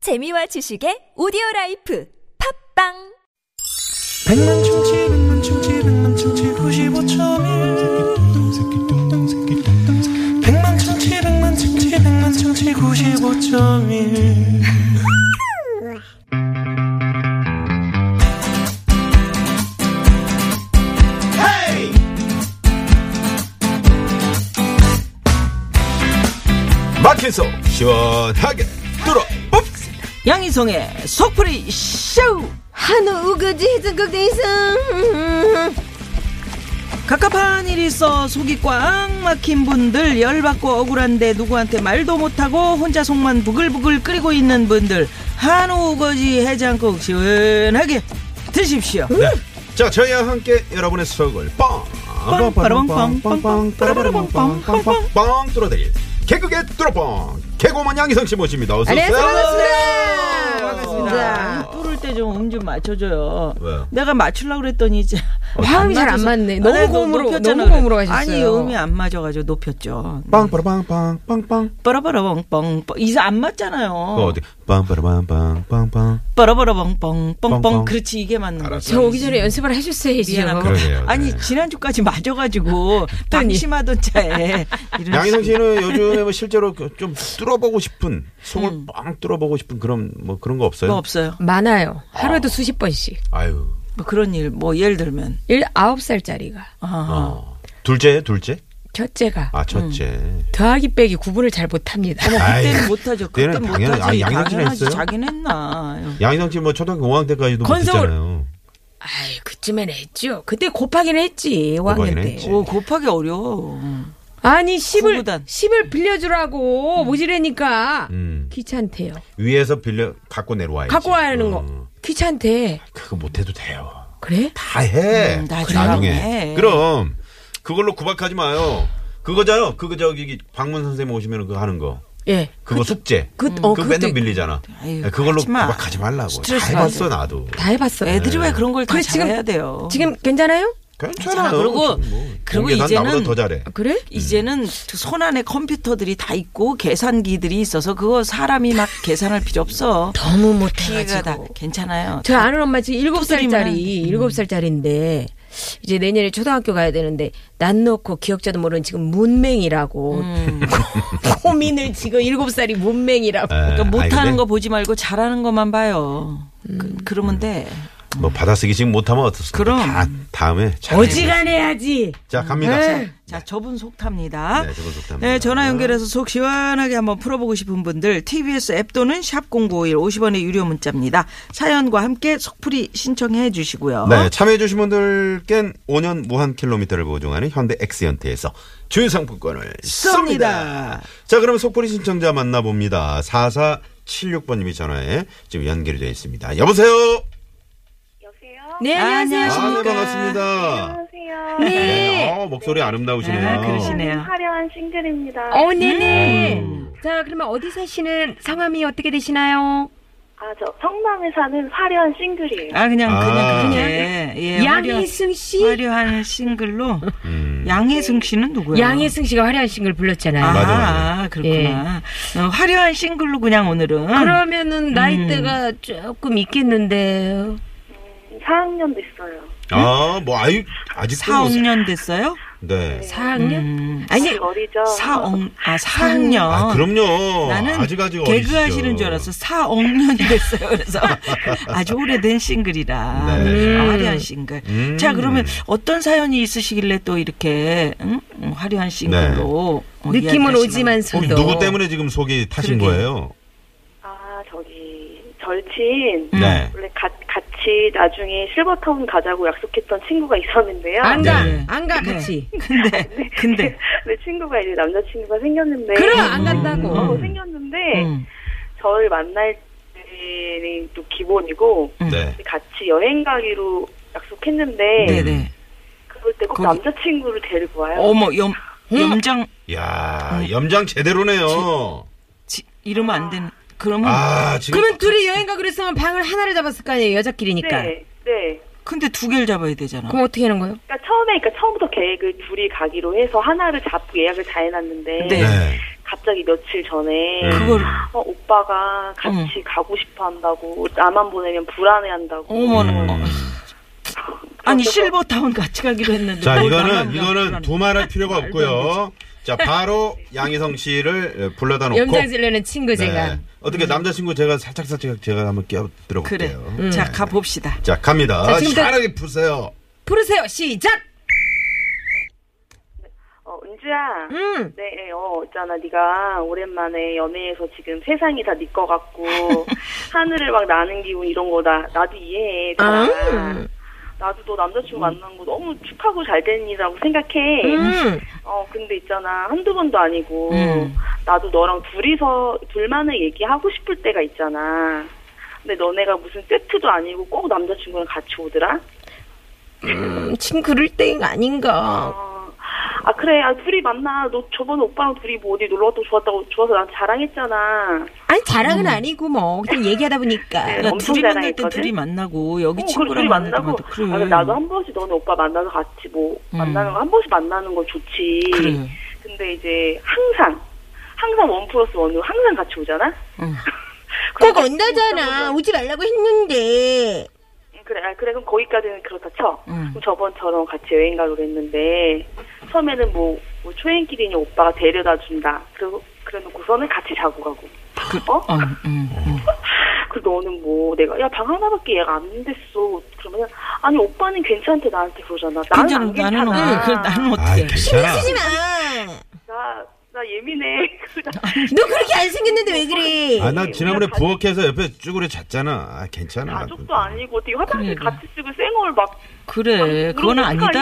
재미와 지식의 오디오 라이프 팝빵 백만 충치 백만 충치 백만 충치 95.1 백만 충치 백만 충치 백만 충치 95.1 마켓에서 시원하게 뚫어봅 양희성의 속풀이 쇼! 한우 우거지 해장국 대이상 갑갑한 일이 있어 속이 꽉 막힌 분들 열받고 억울한데 누구한테 말도 못하고 혼자 속만 부글부글 끓이고 있는 분들 한우 우거지 해장국 시원하게 드십시오 네. 자, 저희와 함께 여러분의 속을 뻥 뻥 뚫어드릴 개그의 뚫어뻥 개그맨 양희성 씨 모십니다. 어서 오세요. 안녕하세요. 네, 반갑습니다. 반갑습니다 뚫을 때 좀 음 좀 맞춰줘요 왜요? 어, 내가 맞추려고 그랬더니 이제 화음이 잘안 맞춰서- 맞네. 아, 너무 네, 너- 고음으로- 높였잖아 너무 고음으로 그래. 아니 하셨어요. 음이 안 맞아가지고 높였죠 빵빠라빵빵빵빵 뻐라뻐라뻥뻥 이제 안 맞잖아요 그거 어디 빵빠라빵빵빵빵 뻐러버러벙뻥뻥뻥 뻥뻥. 그렇지 이게 맞는 거죠. 알았어. 저 오기 전에 연습을 하셨어야죠 미안합니다. 그러게요, 네. 아니 지난주까지 맞아가지고 방심하던 차에 음. 이런 양희성 식으로. 씨는 요즘에 뭐 실제로 그좀 뚫어보고 싶은 속을 음. 뻥 뚫어보고 싶은 그런 뭐 그런 거 없어요? 뭐 없어요. 많아요 하루에도 수십 번씩 아유. 뭐 그런 일 뭐 예를 들면 일 아홉 살짜리가 아, 어. 둘째, 둘째? 첫째가 아, 첫째. 더하기 빼기 구분을 잘 못합니다 아이, 그때는 못하죠. 그때는 그때는 당연히- 못하지. 아니, 양희성 씨는 당연하지. 했어요? 자기는 했나. 양희성 씨 뭐 초등학교 5학년 때까지도 건성을- 못했잖아요. 아이 그쯤엔 했죠 그때 곱하기는 했지 곱하기는 5학년 때 했지. 오 어, 곱하기 어려워. 아니 10을 구구단. 10을 빌려주라고 모지래니까 음. 귀찮대요 위에서 빌려 갖고 내려와야지. 갖고 와야 하는 거 어, 귀찮대 그거 못해도 돼요. 그래? 다 해. 음, 나중에 나중에. 해. 그럼 그걸로 구박하지 마요. 그거잖아요. 그거 저기 방문 선생님 오시면 그거 하는 거. 예 그거 숙제. 그- 그, 어, 거 맨날 그것도- 밀리잖아. 네, 아유, 그걸로 하지 마. 구박하지 말라고. 다 스트레스 해봤어 나도. 다 해봤어 애들이 왜 그런 걸 다 네. 그래, 지금- 잘해야 돼요. 지금 괜찮아요? 괜찮아. 자, 그리고- 그리고 뭐, 공개 난 이제는- 나보다 더 잘해. 아, 그래? 음. 이제는 손 안에 컴퓨터들이 다 있고 계산기들이 있어서 그거 사람이 막 계산할 필요 없어. 너무 피해가 다 못해가지고 괜찮아요. 저 아는 엄마 지금 일곱 토스리만. 살짜리 일곱 살짜리인데 이제 내년에 초등학교 가야 되는데 난 놓고 기억자도 모르는 지금 문맹이라고 음. 고민을 지금 일곱 살이 문맹이라고 에, 네, 그러니까 아니, 못하는 근데 거 보지 말고 잘하는 것만 봐요. 음. 그, 러면 돼. 뭐 받아쓰기 지금 못하면 어떻습니까? 그럼. 다 다음에 잘 어지간해야지 자 갑니다. 자, 저분 속탑니다. 네, 저분 속탑입니다. 네, 전화 연결해서 속 시원하게 한번 풀어보고 싶은 분들 TBS 앱 또는 샵 #0951 50원의 유료 문자입니다. 사연과 함께 속풀이 신청해 주시고요. 네, 참여해주신 분들께는 5년 무한 킬로미터를 보증하는 현대 엑시언트에서 주유상품권을 쏩니다. 쏩니다. 자, 그럼 속보리 신청자 만나봅니다. 4476번님이 전화에 지금 연결이 되어 있습니다. 여보세요? 여보세요? 네 안녕하세요 안녕하세요. 아, 네, 안녕하십니까? 반갑습니다. 안녕하세요. 네, 네 어, 목소리 아름다우시네요. 아, 그러시네. 저는 화려한 싱글입니다. 네. 어? 어네네 음. 자 그러면 어디 사시는 성함이 어떻게 되시나요? 아, 저 성남에 사는 화려한 싱글이에요. 아 그냥 아. 그냥 그냥 예, 양혜승 씨 화려- 화려한 싱글로 음. 양혜승 씨는 누구예요? 양혜승 씨가 화려한 싱글 불렀잖아요. 아, 맞아, 맞아. 그렇구나. 어, 화려한 싱글로 그냥 오늘은 예. 음. 그러면은 나이대가 조금 있겠는데요. 4학년도 있어요. 아, 뭐, 아유, 아직도. 뭐 4, 5년 됐어요? 네. 4학년? 음. 아니, 아직 어리죠? 4억, 아, 4학년. 아, 그럼요. 나는 아직 아직 개그 어리시죠. 하시는 줄 알았어. 4억년 됐어요. 그래서 아주 오래된 싱글이라. 네. 음. 화려한 싱글. 음. 자, 그러면 어떤 사연이 있으시길래 또 이렇게 응? 음, 화려한 싱글로 어, 느낌은 이야기하시나요? 오지만 어, 소도. 누구 때문에 지금 속이 타신 그러게요. 거예요? 아, 저기, 절친. 음. 네. 원래 가, 같이 나중에 실버타운 가자고 약속했던 친구가 있었는데요. 안 가, 네. 안 가, 네. 같이. 근데 어, 근데 내 친구가 이제 남자친구가 네. 생겼는데. 그럼 안 어, 간다고. 네. 생겼는데, 음, 저를 만날 때는 또 기본이고, 음. 네. 같이 여행 가기로 약속했는데, 네, 네. 그럴 때 꼭 거기- 남자친구를 데리고 와요. 어머, 염 음. 염장 야 염장 제대로네요. 지- 이러면 안 되는. 그러면 아 지금 그러면 둘이 여행 가기로 했으면 방을 하나를 잡았을 거 아니에요, 여자끼리니까. 네, 네. 근데 두 개를 잡아야 되잖아. 그럼 어떻게 하는 거예요? 그러니까 처음에 그러니까 처음부터 계획을 둘이 가기로 해서 하나를 잡고 예약을 다 해놨는데 네. 네. 갑자기 며칠 전에 그걸- 어, 오빠가 같이 가고 싶어 한다고 나만 보내면 불안해 한다고 음. 어머나. 음. 아니 실버타운 같이 가기로 했는데. 자, 뭘 이거는, 나만 이거는 가고 두말할 필요가 말도 안 없고요. 자, 바로 양희성 씨를 불러다 놓고. 염장질내는 친구 제가. 어, 네. 어떻게 남자친구 제가 살짝 살짝 제가 한번 끼어들어 그래. 음. 볼게요. 음. 자 가봅시다. 자, 갑니다. 자, 지금부터- 시원하게 푸세요. 부르세요. 시작. 어, 은주야. 음. 네, 어, 있잖아. 네가 오랜만에 연애해서 지금 세상이 다 네 거 같고 하늘을 막 나는 기분 이런 거다. 나도 이해해. 아. 음. 나도 너 남자친구 만난 거 너무 축하고 잘 된 일이라고 생각해. 음. 어, 근데 있잖아. 한두 번도 아니고 음. 나도 너랑 둘이서 둘만의 얘기하고 싶을 때가 있잖아. 근데 너네가 무슨 세트도 아니고 꼭 남자친구랑 같이 오더라? 음, 지금 그럴 때인 아닌가. 어, 아 그래 아 둘이 만나 너 저번에 오빠랑 둘이 뭐 어디 놀러 갔다 좋았다고 좋아서 나한테 자랑했잖아 어, 아니 자랑은 아니고 뭐 그냥 얘기하다 보니까. 음. 네. 그러니까 엄청 둘이 만날 땐 자랑했거든? 둘이 만나고 여기 어, 그래, 친구랑 만나고 그래. 음. 아, 나도 한 번씩 너네 오빠 만나서 같이 뭐 만나는 거 한 번씩 만나는 거 좋지 그래. 근데 이제 항상 항상 원 플러스 원으로 항상 같이 오잖아 응. 꼭 그러니까 온다잖아. 오지 말라고 했는데. 그래, 아, 그래, 그럼 거기까지는 그렇다 쳐. 음. 그럼 저번처럼 같이 여행 가기로 했는데, 처음에는 뭐, 뭐 초행길이니 오빠가 데려다 준다. 그리고, 그래 놓고서는 같이 자고 가고. 어? 어, 음, 음. 그리고 너는 뭐, 내가, 야, 방 하나밖에 얘가 안 됐어. 그러면, 아니, 오빠는 괜찮대, 나한테 그러잖아. 나는 괜찮아, 안 괜찮아. 나는 어, 그래, 나는 아, 어떻게? 괜찮아. 쓰지 마. 나, 나 예민해. 너 그렇게 안 생겼는데 왜 그래? 아, 나 지난번에 우리가 가- 부엌에서 옆에 쭈그려 잤잖아. 아, 괜찮아. 가족도 아니고, 어떻게 화장실 그러니까. 같이 쓰고 쌩얼 막. 그래, 그건 그럼 어떡하니? 아니다.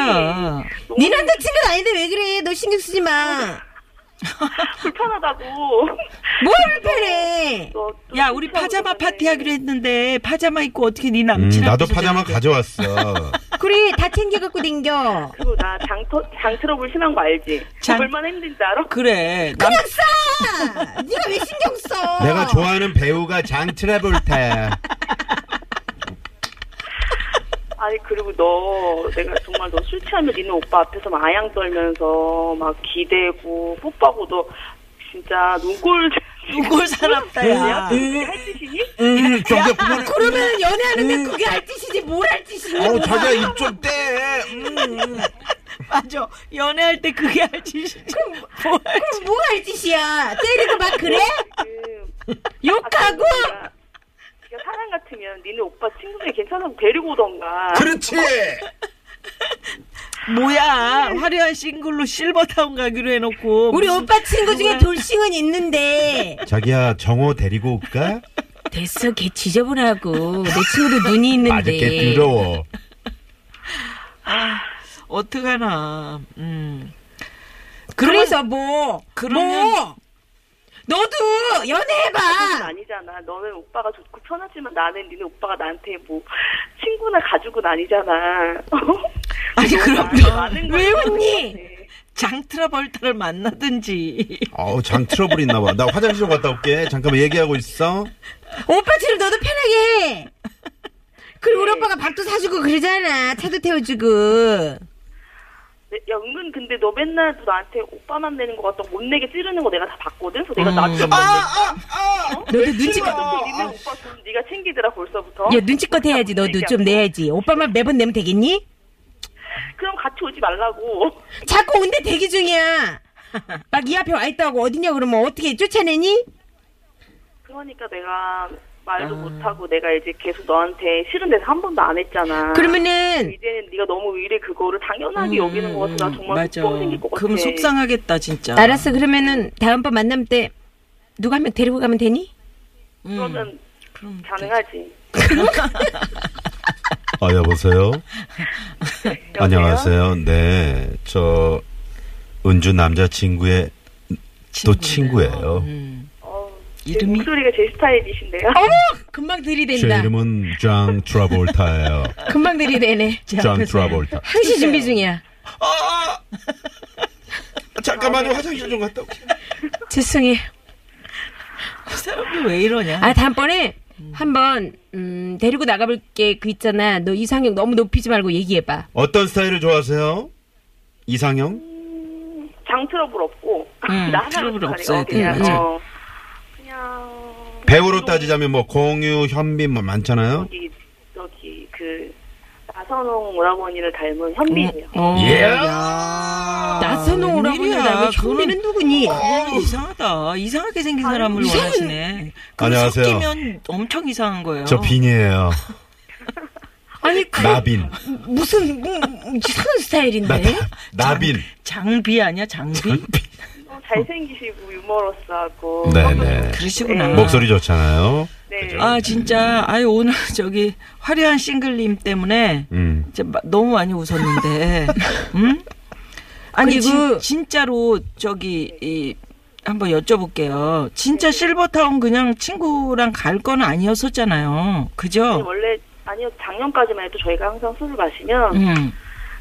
너무 네 남자친구는 아닌데 왜 그래? 너 신경 쓰지 마. 불편하다고. 뭘 불편해? 너 좀- 야, 우리 파자마 파티 하기로 했는데 파자마 입고 어떻게 네 음, 남친 나도 파자마 가져왔어. 그래 다 챙겨갖고 댕겨. 그리고 나 장, 터, 장 트러블 심한 거 알지? 장- 얼마나 힘든지 알아? 그래. 남, 그냥 싸. 네가 왜 신경 써? 내가 좋아하는 배우가 장 트래블타야. 아니 그리고 너 내가 정말 너 술 취하면 니네 오빠 앞에서 막 아양 떨면서 막 기대고 뽀뽀하고 너 진짜 눈꼴 누굴 사납다, 야. 할 짓이니? 음, 저기야, 그만. 음. 그러면 연애하는데 그게 할 짓이지 뭘 할 짓이냐? 어, 자기야, 입 좀 떼. 음. 맞아. 연애할 때 그게 할 짓이지. 뭐 할지. 그럼 뭐가 할 짓이야? 때리고 막 그래? 음, 욕하고? 진짜. 진짜 사랑 같으면 니네 오빠 친구들 괜찮아서 데리고 오던가 그렇지. 뭐야. 화려한 싱글로 실버타운 가기로 해놓고. 우리 어- 무슨- 오빠 친구 중에 돌싱은 있는데 자기야, 정호 데리고 올까? 됐어 걔 지저분하고 내 친구도 눈이 네. 있는데 아저께 더러워. 어떡하나. 음. 그러면- 그래서 뭐? 그러면- 뭐? 너도 그건 연애해봐. 아니잖아 너는 오빠가 좋고 편하지만 나는 니네 오빠가 나한테 뭐 친구나 가족은 아니잖아 아니, 그럼 나한테 너 많은 걸 왜 생각하고 웃니? 있네. 장트라벌타를 만나든지. 어우, 장 트러블 있나 봐. 나 화장실 좀 갔다 올게. 잠깐만 얘기하고 있어. 오빠처럼 너도 편하게 해. 그리고 네. 우리 오빠가 밥도 사주고 그러잖아. 차도 태워주고. 네, 야, 은근 근데 너 맨날 또 나한테 오빠만 내는 것 같다고 못 내게 찌르는 거 내가 다 봤거든? 그래서 내가 어. 나한테 아, 너도 눈치껏. 또 니네 오빠 돈 네가 챙기더라 어? 벌써부터 야 눈치껏 해야지 너도 좀 내야지. 오빠만 매번 내면 되겠니? 그럼 같이 오지 말라고 자꾸 온데 대기 중이야. 막 이 앞에 와 있다고 어디냐 그러면 어떻게 쫓아내니? 그러니까 내가 아. 말도 못하고 내가 이제 계속 너한테 싫은 데서 한 번도 안 했잖아 그러면은 음, 이제는 네가 너무 의뢰 그거를 당연하게 여기는 것 같아 나 정말 맞아. 속병 생길 것 같아 그럼 속상하겠다, 진짜. 알았어 그러면은 다음번 만남 때 누가 한 명 데리고 가면 되니? 음. 그러면 그럼 가능하지 아, 여보세요? 여보세요? 안녕하세요. 네. 저, 은주 남자친구의 또 친구예요. 어, 음. 이름이? 이름이? 목소리가 제 스타일이신데요 금방 제 들이댄다. 이름은 장 트라볼타예요. 금방 들이대네. 장 트라볼타. 항시 준비 중이야. 잠깐만요. 화장실 좀 갔다 올게. 죄송해. 그 사람이 왜 이러냐. 아 다음번에 한번 음, 데리고 나가볼게. 그 있잖아. 너 이상형 너무 높이지 말고 얘기해봐. 어떤 스타일을 좋아하세요? 이상형? 장 트러블 없고 음, 나 하나 트러블 가지고 없어야 돼, 그냥, 맞아. 어, 그냥 배우로 따지자면 뭐 공유, 현빈 뭐 많잖아요. 저기 저기 그 나선홍 오라버니를 닮은 현빈이요. 어. 예. 나선홍 오라버니 아, 웬일이야, 닮은 그런- 현빈은 누구니? 어, 이상하다. 이상하게 생긴 사람을 이상은- 원하시네. 그거 안녕하세요. 섞이면 엄청 이상한 거예요. 저 빈이에요. 아니 그 나빈. 무슨 음, 이상한 나, 스타일인데? 나빈. 장비 아니야, 장비? 음. 어, 잘생기시고 유머러스하고 네네. 그러시구나. 목소리 좋잖아요. 네. 아, 진짜. 아유, 오늘 저기 화려한 싱글님 때문에 음. 진짜 마- 너무 많이 웃었는데. 음? 아니, 진, 그리고- 진짜로 저기 이 한번 여쭤볼게요. 진짜 실버타운 그냥 친구랑 갈 건 아니었었잖아요. 아니, 그죠? 원래 아니요 작년까지만 해도 저희가 항상 술을 마시면 음.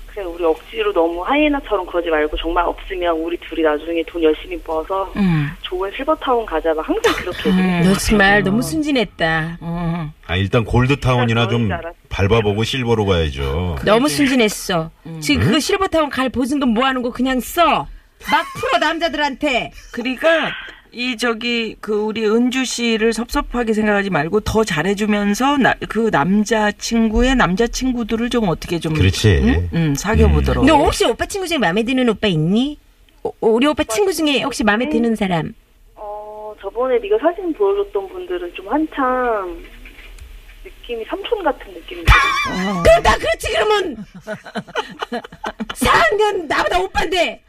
그래 우리 억지로 너무 하이에나처럼 그러지 말고 정말 없으면 우리 둘이 나중에 돈 열심히 모아서 음. 좋은 실버타운 가자 막 항상 그렇게 얘기해요. 너 정말 너무 순진했다. 음. 아, 일단 골드타운이나 좀 그런 줄 알았어. 밟아보고 실버로 가야죠. 너무 순진했어. 지금 그거 실버타운 갈 보증금 모아놓은 거 그냥 써. 막 풀어 남자들한테. 그러니까 이 저기 그 우리 은주 씨를 섭섭하게 생각하지 말고 더 잘해주면서 나, 그 남자 친구의 남자 친구들을 좀 어떻게 좀 그렇지. 음. 응? 응, 사귀어보도록. 너 혹시 오빠 친구 중에 마음에 드는 오빠 있니? 어, 우리 오빠 친구 중에 혹시 마음에 드는 사람? 어 저번에 네가 사진 보여줬던 분들은 좀 한참 느낌이 삼촌 같은 느낌이에요. 그럼 나 그렇지 그러면 4학년 나보다 오빠인데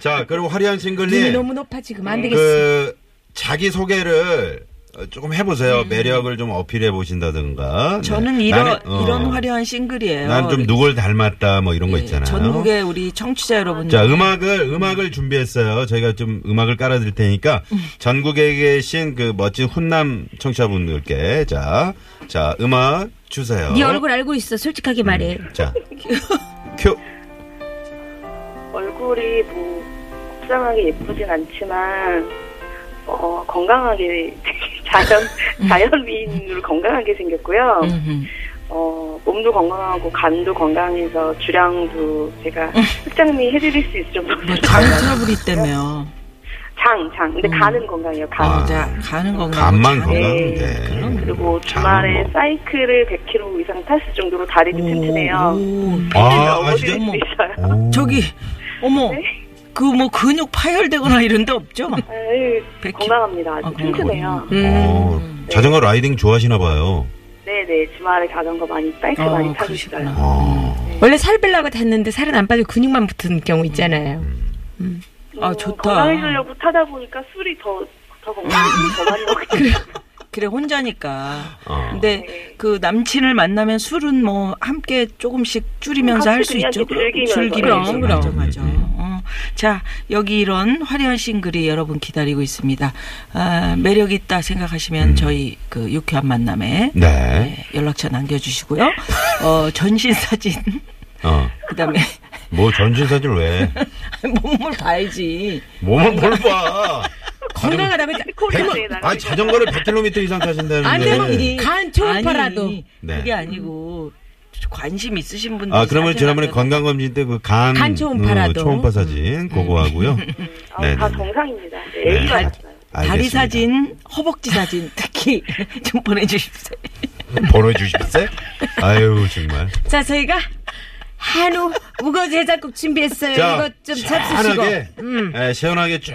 자, 그리고 화려한 눈이 싱글님. 너무 높아 지금 안 되겠어. 네. 그, 자기 소개를 조금 해보세요. 매력을 좀 어필해 보신다든가. 음. 저는 이런 이런 화려한 예, 싱글이에요. 네. 어. 난좀 누굴 닮았다 뭐 이런 거 있잖아요. 네, 전국의 우리 청취자 여러분. 자, 음악을, 음악을 준비했어요. 저희가 좀 음악을 깔아드릴 테니까, 전국에 계신 그 멋진 훈남 청취자분들께, 자, 자, 음악 주세요. 음. 네 얼굴 알고 있어. 솔직하게 말해. 자, 큐. 얼굴이 뭐 합장하게 예쁘진 않지만 어 건강하게 자연 자연 미인으로 건강하게 생겼고요. 음, 어 몸도 건강하고 간도 건강해서 주량도 제가 흑장미 해드릴 수 있을 정도로 간뭐 트러블이 있다며. 장 장. 근데 간은 건강해요. 간. 아. 자, 가는 건가? 네. 간만 간. 건강한데. 네. 그리고 장은 주말에 뭐. 사이클을 100km 이상 탔을 정도로 다리도 튼튼해요. 네. 오, 아, 아, 어디를 진짜? 뭐. 수 있어요. 오. 저기, 어머, 네? 그 뭐 근육 파열되거나 이런 데 없죠? 에이, 100km. 아, 예, 건강합니다. 아주 아, 그런 튼튼해요. 음. 거구나. 어, 자전거 라이딩 좋아하시나 봐요. 네네 주말에 자전거 많이 사이클 어, 많이 타고 그러시구나. 있어요. 어. 원래 살 빼려고 탔는데 살은 안 빠지고 근육만 붙은 경우 있잖아요. 아, 음, 좋다. 건강해지려고 타다 보니까 술이 더, 더 건강해지고 더 많이 먹게 돼요. 음. 아. 그래, 혼자니까. 어. 아, 네. 근데 그 남친을 만나면 술은 뭐 함께 조금씩 줄이면서 같이 할 수 그냥 있죠. 이렇게 즐기면서. 즐기면서. 그럼, 맞아, 그럼. 맞아. 네, 어. 자, 여기 이런 화려한 싱글이 여러분 기다리고 있습니다. 아, 매력 있다 생각하시면 저희 그 유쾌한 만남에 음. 네. 네, 연락처 남겨주시고요. 어, 전신 사진. 어. 그 다음에 뭐 전신사진 왜? 몸을 봐야지. 몸을 뭘 봐. 건강하다면 코리아에다가 아니, 자전거를 100km 이상 타신다는데. 안 되면 간 초음파라도. 아니, 네. 그게 아니고 관심 있으신 분들. 아, 그러면 음. 사진 지난번에 남겨달라고. 건강검진 때 그 간, 간 초음파라도. 어, 초음파 사진, 그거 하고요. 아, 네, 다 네, 네. 정상입니다. 네, 네. 애기가 났어요. 다리 알겠습니다. 사진, 허벅지 사진 특히 좀 보내주십시오. 보내주십세? 아유, 정말. 자, 저희가 한우 우거 제작국 준비했어요. 네, 이것 좀 잡수시고. 시원하게, 예, 시원하게 쭉,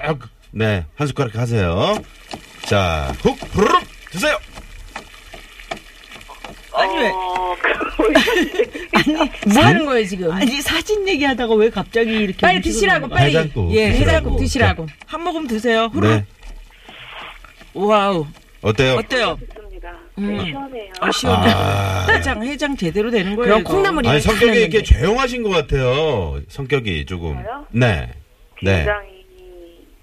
네, 한 숟가락 하세요. 자, 훅, 후루룩, 드세요! 아니 왜? 어, 그, 뭐 하는 거예요, 지금? 아니 사진 얘기하다가 왜 갑자기 이렇게 빨리 음식을 드시라고, 먹어요? 빨리. 해장국. 예, 해장국 드시라고. 한 모금 드세요. 후루. 네. 와우. 어때요? 어때요? 좋습니다. 네, 시원해요. 아, 시원해. 아. 해장 해장 제대로 되는 거예요. 그럼 이거. 콩나물이 아니, 성격이 이렇게 조용하신 것 같아요. 성격이 조금. 저요? 네. 네. 굉장히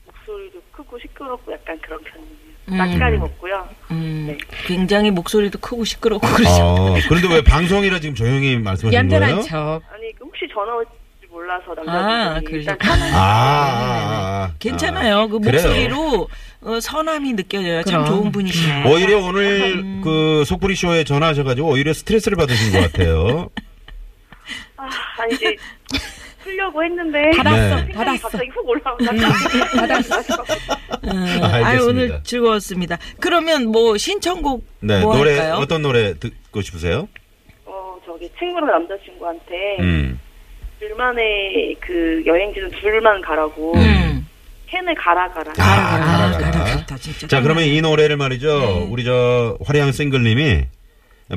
목소리도 크고 시끄럽고 약간 그런 편이에요. 낯가리 먹고요. 네. 음, 굉장히 목소리도 크고 시끄럽고 그러죠. 어, 그런데 왜 방송이라 지금 조용히 말씀하시는 거예요? 얌전한 척. 아니, 그 혹시 전화 올지 몰라서 아, 남자분이 그러죠. 일단 편하게 아, 아, 아. 괜찮아요. 그 그래요? 목소리로 어, 선함이 느껴져요. 참 그럼. 좋은 분이시네요. 오히려 음. 오늘 그 속풀이 쇼에 전화하셔가지고 오히려 스트레스를 받으신 것 같아요. 아, 아니 이제 풀려고 했는데 받았어, 네. 생각이 받았어. 갑자기 훅 올라온다. 음, 알겠습니다. 아유, 오늘 즐거웠습니다. 그러면 뭐 신청곡 네 뭐 노래 할까요? 어떤 노래 듣고 싶으세요? 어 저기 친구랑 남자친구한테 네. 음. 둘만의 그 여행지는 둘만 가라고 음. 캔을 가라 가라. 네. 아, 가라, 아, 가라. 가라, 가라, 진짜. 자 그러면 이 노래를 말이죠 네. 우리 저 화려한 싱글님이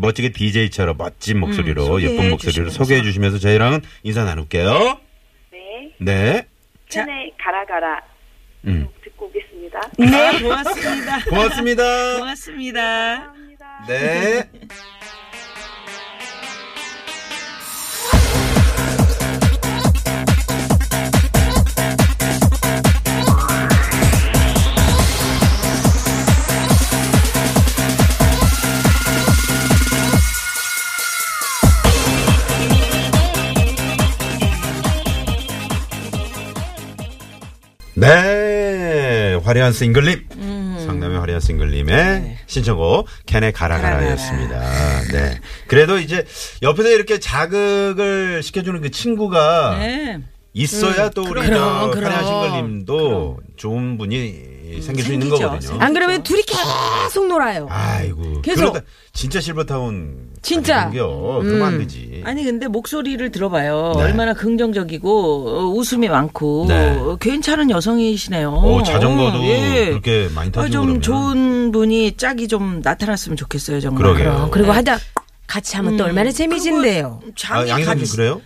멋지게 DJ처럼 멋진 목소리로 음, 소개해 예쁜 목소리로 주시면서. 소개해 주시면서 저희랑은 인사 나눌게요. 네 네. 자. 캔을 가라 가라 음. 듣고 오겠습니다. 네, 고맙습니다. 고맙습니다. 고맙습니다. 감사합니다. 네. 네, 화려한 싱글님. 상남의 화려한 싱글님의 신청곡, 캔의 가라가라였습니다. 네. 그래도 이제 옆에서 이렇게 자극을 시켜주는 그 친구가 네. 있어야 또 우리 저 그럼, 그럼. 화려한 싱글님도 좋은 분이 생길 수 있는 생기죠. 거거든요. 안 그러면 둘이 계속 놀아요. 아이고. 계속. 그러다 진짜 실버타운. 진짜. 겨 그러면 안 되지. 아니 근데 목소리를 들어봐요. 네. 얼마나 긍정적이고 어, 웃음이 많고 네. 어, 괜찮은 여성이시네요. 오, 자전거도 어, 예. 그렇게 많이 타시고 어, 좀 그러면. 좋은 분이 짝이 좀 나타났으면 좋겠어요. 정말. 음, 그러게요. 어, 그리고 하다 같이 하면 또 얼마나 재미진데요. 아, 장이 양희선님 같이- 그래요?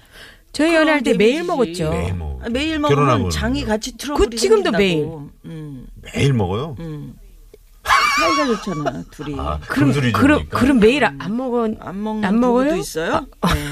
저희 연애할 때 매일 재미지지. 먹었죠. 매일 먹 아, 매일 뭐 결혼하고 그러면. 먹으면 장이 같이 트러블이 그 지금도 생긴다고. 매일. 음, 매일 먹어요? 사이가 좋잖아 둘이. 아, 그럼 금술이 그럼 좋으니까. 그럼 매일 안 먹어 안 먹는 안 먹어요? 부부도 있어요. 네.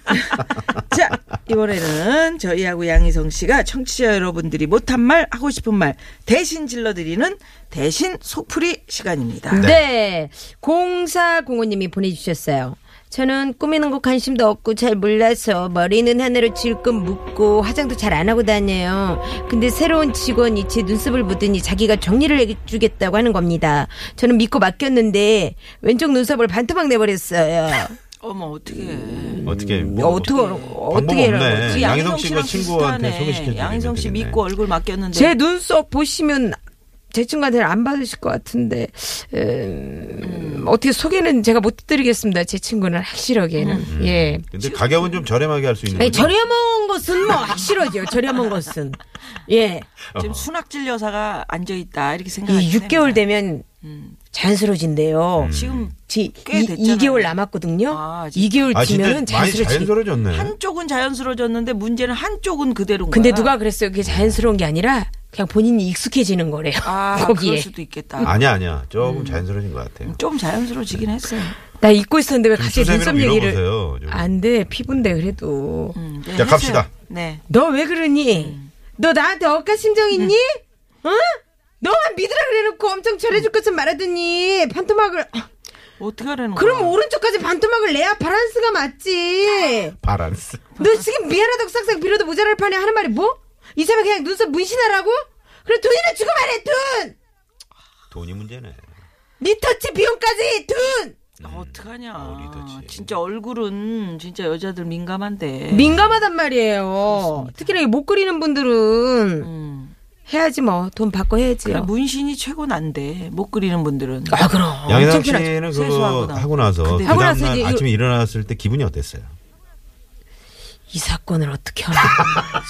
자 이번에는 저희하고 양희성 씨가 청취자 여러분들이 못한 말 하고 싶은 말 대신 질러드리는 대신 속풀이 시간입니다. 네. 공사 공호님이 보내주셨어요. 저는 꾸미는 거 관심도 없고 잘 몰라서 머리는 하나로 질끈 묶고 화장도 잘 안 하고 다녀요. 근데 새로운 직원이 제 눈썹을 보더니 자기가 정리를 해주겠다고 하는 겁니다. 저는 믿고 맡겼는데 왼쪽 눈썹을 반토막 내버렸어요. 어머 어떻게? 음. 어떻게 어, 어떻게 방법 어떻게 이러는 거지? 없네. 양희성 씨가 친구한테 소개시켜주면 양희성 씨 되겠네. 믿고 얼굴 맡겼는데 제 눈썹 보시면 제 친구한테는 안 받으실 것 같은데 음, 어떻게 소개는 제가 못 드리겠습니다. 제 친구는 확실하게는 음. 예. 근데 가격은 좀 저렴하게 할 수 있는 아니, 거죠? 저렴한 것은 뭐 확실하죠. 저렴한 것은 예. 지금 순학질 여사가 앉아 있다 이렇게 생각하시네. 이 6개월 되면 음. 자연스러워진대요. 지금 지, 음. 꽤 이, 됐잖아요. 2개월 남았거든요. 아, 아직. 이 2개월 아 진짜 지면은 많이 자연스러워지. 자연스러워졌네. 한쪽은 자연스러워졌는데 문제는 한쪽은 그대로인 거야. 근데 누가 그랬어요? 그게 자연스러운 게 아니라 그냥 본인이 익숙해지는 거래요. 아 그럴 거기에. 수도 있겠다. 아니야 아니야 음. 조금 자연스러워진 것 같아요. 좀 자연스러워지긴 했어요. 나 잊고 있었는데 왜 갑자기 수세미로 눈썹 얘기를. 밀어보세요. 좀. 안 돼. 피부인데 그래도. 음, 네, 자, 했어요. 갑시다. 네. 너 왜 그러니? 너 나한테 억까 심정 있니? 음. 응? 너만 믿으라 그래놓고 엄청 잘해줄 것처럼 말하더니 반토막을 어떻게 하려는 거야? 그럼 뭐- 오른쪽까지 반토막을 내야 바란스가 맞지. 바란스. 너 지금 미안하다고 싹싹 빌어도 모자랄 판에 하는 말이 뭐? 이 사람 그냥 눈썹 문신하라고? 그럼 돈이나 주고 말해 돈! 돈이 문제네. 니터치 비용까지 돈! 아, 어떡하냐. 어, 리더지. 진짜 얼굴은 진짜 여자들 민감한데. 민감하단 말이에요. 특히나 이못 그리는 분들은 음. 해야지 뭐 돈 받고 해야지요. 그래, 문신이 최고 난데 못 그리는 분들은 아 그럼 양희성 엄청 편하지. 씨는 그거 세수하고 나- 하고 나서 그 하고 나서 다음날 이제 이거- 아침에 일어났을 때 기분이 어땠어요? 이 사건을 어떻게 하나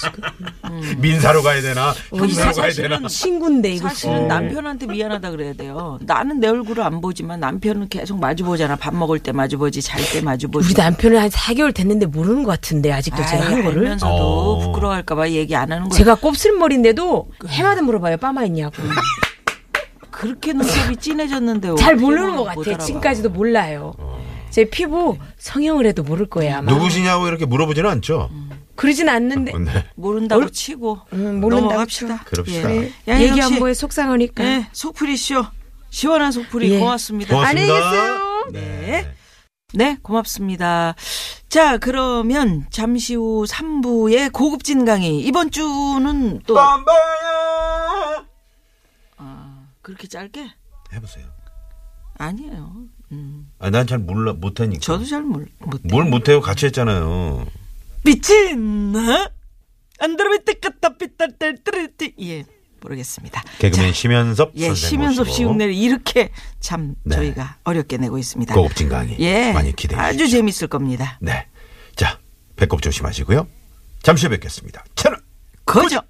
지금 음. 민사로 가야 되나? 거기 형사로 가야 사실은 되나? 친구인데 이거 사실은 남편한테 미안하다 그래야 돼요. 나는 내 얼굴을 안 보지만 남편은 계속 마주 보잖아. 밥 먹을 때 마주 보지, 잘 때 마주 보지. 우리 남편은 한 4개월 됐는데 모르는 것 같은데 아직도 제가 한 거를 알면서도 어. 부끄러워할까봐 얘기 안 하는 거야. 그 제가 곱슬머리인데도 해마다 물어봐요 빠마 있냐고 아, 그렇게 눈썹이 진해졌는데 잘 어떻게 모르는 못것 같아요 알아봐. 어. 지금까지도 몰라요 제 피부 성형을 해도 모를 거예요 아마 누구시냐고 이렇게 물어보지는 않죠. 음. 그러진 않는데 어, 네. 모른다고 치고 음, 모른다고 넘어갑시다. 치고. 그럽시다. 예. 양희성 얘기한 씨, 거에 속상하니까 네, 속풀이 쇼. 시원한 속풀이 예. 고맙습니다. 고맙습니다. 안녕히 계세요. 네. 네, 고맙습니다. 자, 그러면 잠시 후 3부의 고급진 강의. 이번 주는 또 빰빠야. 그렇게 짧게? 해보세요. 아니에요. 음, 아, 난 잘 몰라 못하니까. 저도 잘 몰, 못. 뭘 못해요? 같이 했잖아요. 빛이 있나? 어? 안드로메드 까타피타텔 트리티 예 모르겠습니다. 개그맨 자, 심연섭 예 선생 심연섭 모시고 씨 흉내를 이렇게 참 네. 저희가 어렵게 내고 있습니다. 고급진 강의 예 많이 기대해 아주 주십시오. 재밌을 겁니다. 네. 자, 배꼽 조심하시고요. 잠시 후에 뵙겠습니다. 채널 거죠.